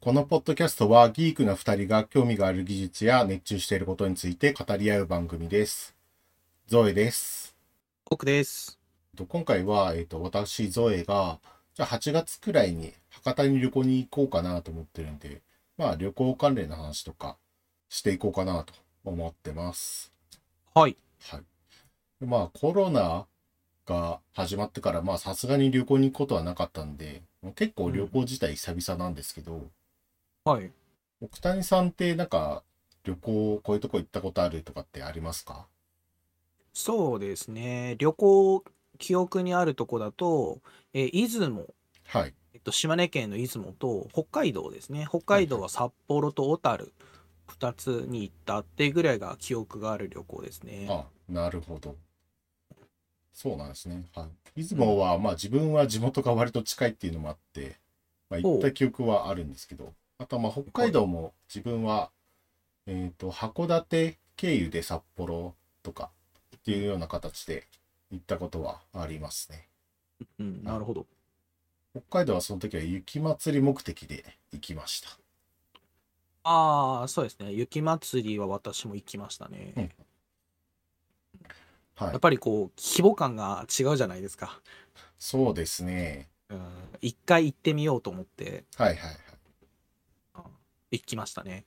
このポッドキャストはギークな2人が興味がある技術や熱中していることについて語り合う番組です。ゾエです。僕です。と今回は、えっと私ゾエがじゃあ8月くらいに博多に旅行に行こうかなと思ってるんで、まあ旅行関連の話とかしていこうかなと思ってます。はい。はい。でまあコロナが始まってからまあさすがに旅行に行くことはなかったんで、結構旅行自体久々なんですけど、はい。奥谷さんってなんか旅行こういうとこ行ったことあるとかってありますかそうですね。旅行、記憶にあるとこだと、えー出雲、はいえっと、島根県の出雲と北海道ですね。北海道は札幌と小樽、2つに行ったってぐらいが記憶がある旅行ですね。あなるほどそうなんですねはい出雲はまあ自分は地元が割と近いっていうのもあって、まあ、ほう行った記憶はあるんですけどあとはまあ北海道も自分はえっ、と函館経由で札幌とかっていうような形で行ったことはありますねうん、なるほど。北海道はその時は雪祭り目的で行きましたああ、そうですね。雪まつりは私も行きましたね。うんはいやっぱりこう、規模感が違うじゃないですか。そうですねうん、一回行ってみようと思ってはいはいはい行きましたね。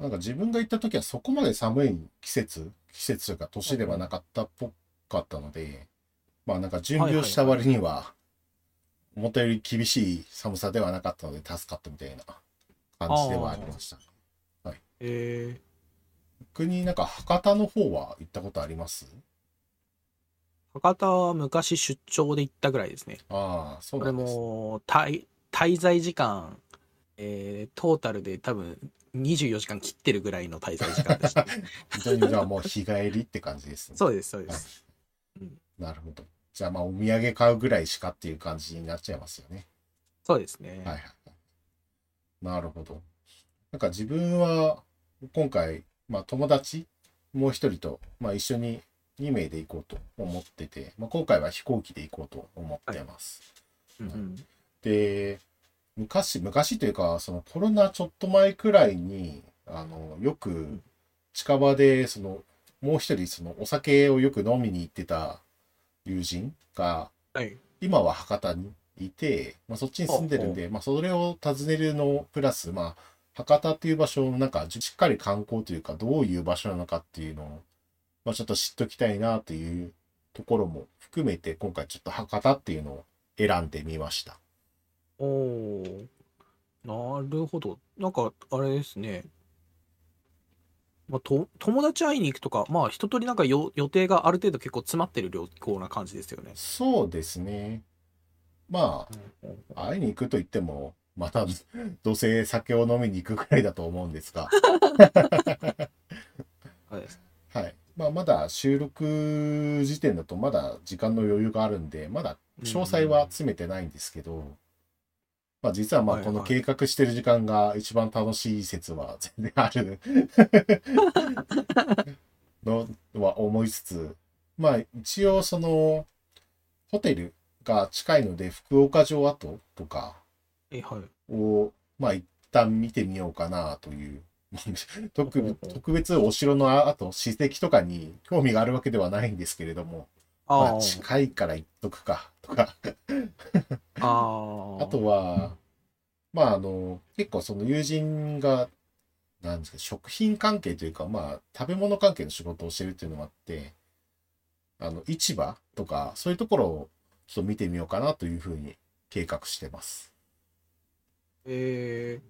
なんか自分が行った時はそこまで寒い季節、季節というか年ではなかったっぽかったので、まあなんか準備をした割には、思ったより厳しい寒さではなかったので助かったみたいな感じではありました。えー、逆になんか博多の方は行ったことあります博多は昔出張で行ったぐらいですね。ああ、そうこなれんですね。も滞滞在時間、えートータルで多分24時間切ってるぐらいの滞在時間 でした。非常にじゃあもう日帰りって感じですね。 そうです、そうです。なるほど。じゃあまあお土産買うぐらいしかっていう感じになっちゃいますよね。そうですね。はいはいはい。なるほど。なんか自分は今回、まあ、友達もう一人と、まあ、一緒に2名で行こうと思ってて、まあ、今回は飛行機で行こうと思ってます。うんうんで昔昔というかそのコロナちょっと前くらいにあのよくん近場でそのもう一人そのお酒をよく飲みに行ってた友人がはい。今は博多にいて、まあ、そっちに住んでるんで、まあ、それを訪ねるのプラス、まあ、博多っていう場所をなんかしっかり観光というかどういう場所なのかっていうのを、まあ、ちょっと知っときたいなというところも含めて今回ちょっと博多っていうのを選んでみました。おーなるほど。なんか、あれですね。まあ、と友達会いに行くとか、まあ、一通りなんかよ予定がある程度結構詰まってる旅行な感じですよね。そうですね。まあ会いに行くと言ってもまたどうせ酒を飲みに行くくらいだと思うんですが。そうですはい。まあ、まだ収録時点だとまだ時間の余裕があるんで、まだ詳細は詰めてないんですけど、まあ実はまあはいこはいの計画してる時間が一番楽しい説は全然あ るのは思いつつ、まあ一応そのホテルが近いので福岡城跡とかえはい。をまあ一旦見てみようかなという まあ特別ほうほう特別お城のあと史跡とかに興味があるわけではないんですけれどもまああ、近いから行っとくかとかあ、あああとはまああの結構その友人がなんですか食品関係というかまあ食べ物関係の仕事をしてるっていうのもあってあの市場とかそういうところをちょっと見てみようかなというふうに計画してます。え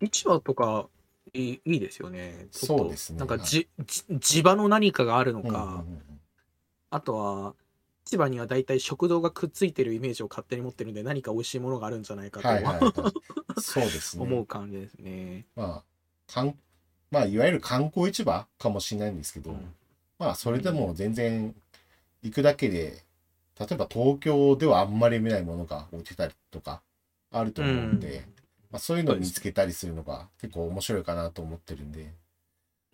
ー、市場とかいいいいですよね。ちょっとそうですねなんかはいじ、じ地場の何かがあるのか、うんうんうんあとは市場には大体食堂がくっついてるイメージを勝手に持ってるんで何か美味しいものがあるんじゃないかとはいはいはい、そうですね。 思う感じですね。まあ、かんまあ、いわゆる観光市場かもしれないんですけど、うんまあ、それでも全然行くだけで、例えば東京ではあんまり見ないものが置いてたりとかあると思うんで、うんまあ、そういうのを見つけたりするのが結構面白いかなと思ってるんで、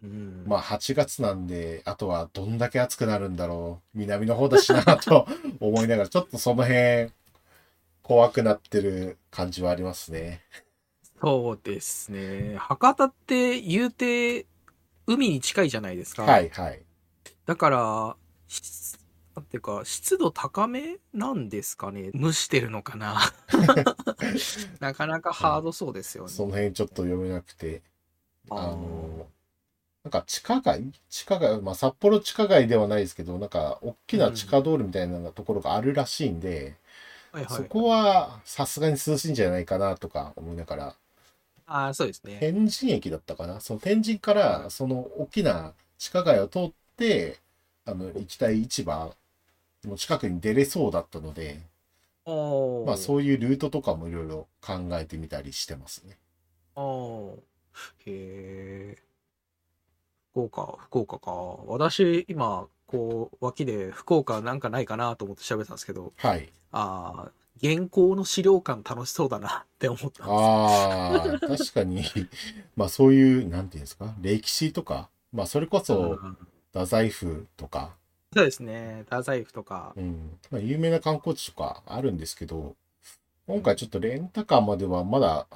うんまあ、8月なんで、あとはどんだけ暑くなるんだろう、南の方だしなと思いながら、ちょっとその辺、怖くなってる感じはありますね。そうですね。博多って言うて、海に近いじゃないですか。はいはい。だから、しなんていうか、湿度高めなんですかね。蒸してるのか な。なかなかハードそうですよね。その辺ちょっと読めなくて。ああーの、なんか地下街地下街、まあ札幌地下街ではないですけど、なんか大きな地下道路みたいなところがあるらしいんで、はいはそい。こはさすがに涼しいんじゃないかなとか思いながら、ああ、そうですね。天神駅だったかなその天神からその大きな地下街を通ってあの行きたい市場の近くに出れそうだったので、おーまあ、そういうルートとかもいろいろ考えてみたりしてますね。ああ、へえ。福岡、福岡か。私、今、こう、脇で福岡なんかないかなと思って喋ってたんですけど、はい。ああ、現行の資料館楽しそうだなって思ったんです。ああ、確かに、まあそういう、なんていうんですか、歴史とか、まあそれこそ、ん太宰府とか、そうですね。太宰府とか。うん、まあ有名な観光地とかあるんですけど、今回ちょっとレンタカーまではまだあ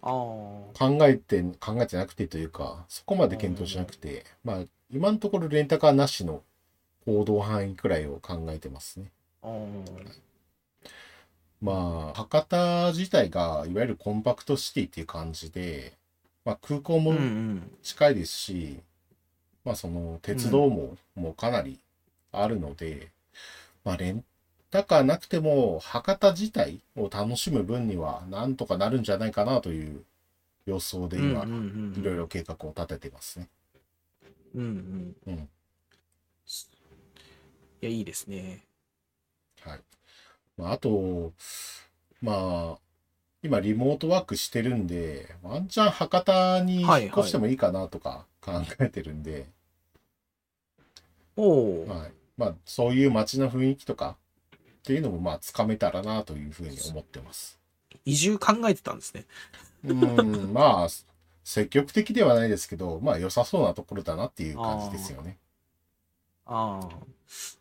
あ、考えて、考えてなくてというか、そこまで検討しなくて、まあ、今のところレンタカーなしの行動範囲くらいを考えてますね。うん。まあ、博多自体が、いわゆるコンパクトシティっていう感じで、まあ、空港うもんうん。近いですし、まあ、その、鉄道も、もうかなりあるので、まあ、レンタカーなくても、博多自体を楽しむ分には、なんとかなるんじゃないかなという予想でうんうん今、うんいろいろ計画を立ててますね。うんうんうんいや、いいですね。はい。まあ、あと、まあ、今リモートワークしてるんで、ワンチャン博多に引っはい越してもいいかなとか考えてるんで、おお、はい。まあ、そういう街の雰囲気とかっていうのも、まあ、つかめたらなというふうに思ってます。移住考えてたんですね。うん、 まあ、積極的ではないですけど、まあ、良さそうなところだなっていう感じですよね。ああ、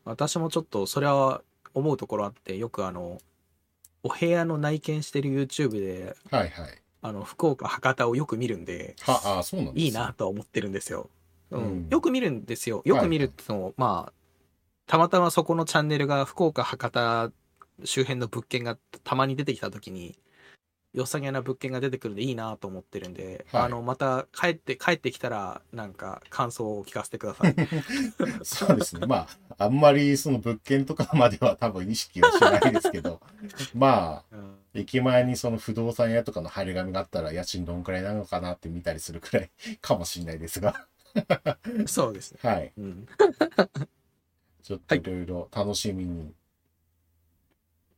私もちょっとそれは思うところあって、よくあの、お部屋の内見してる YouTube で、はいはい。あの、福岡、博多をよく見るんで、は、あそうなんですねいいなとは思ってるんですよ。うんうんよく見るんですよ。よく見るってのも、まあ、たまたまそこのチャンネルが福岡、博多周辺の物件がたまに出てきたときに、良さげな物件が出てくるんでいいなと思ってるんで、はいあの、また帰って、帰ってきたら、なんか感想を聞かせてくださ い。 そうですね。まあ、あんまりその物件とかまでは多分意識はしないですけ ど、まあ、うん駅前にその不動産屋とかの張り紙があったら家賃どんくらいなのかなって見たりするくらいかもしれないですが、そうですね。はい。うん。ちょっといろいろ楽しみに。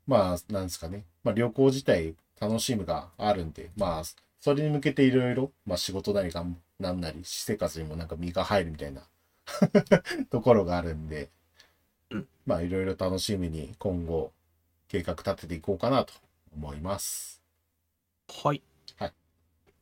まあ、なんですかね。まあ、旅行自体楽しみがあるんで、まあ、それに向けていろいろ、まあ仕事なりがんなんなり、私生活にもなんか身が入るみたいな ところがあるんでうん、まあいろいろ楽しみに今後計画立てていこうかなと思います。はい。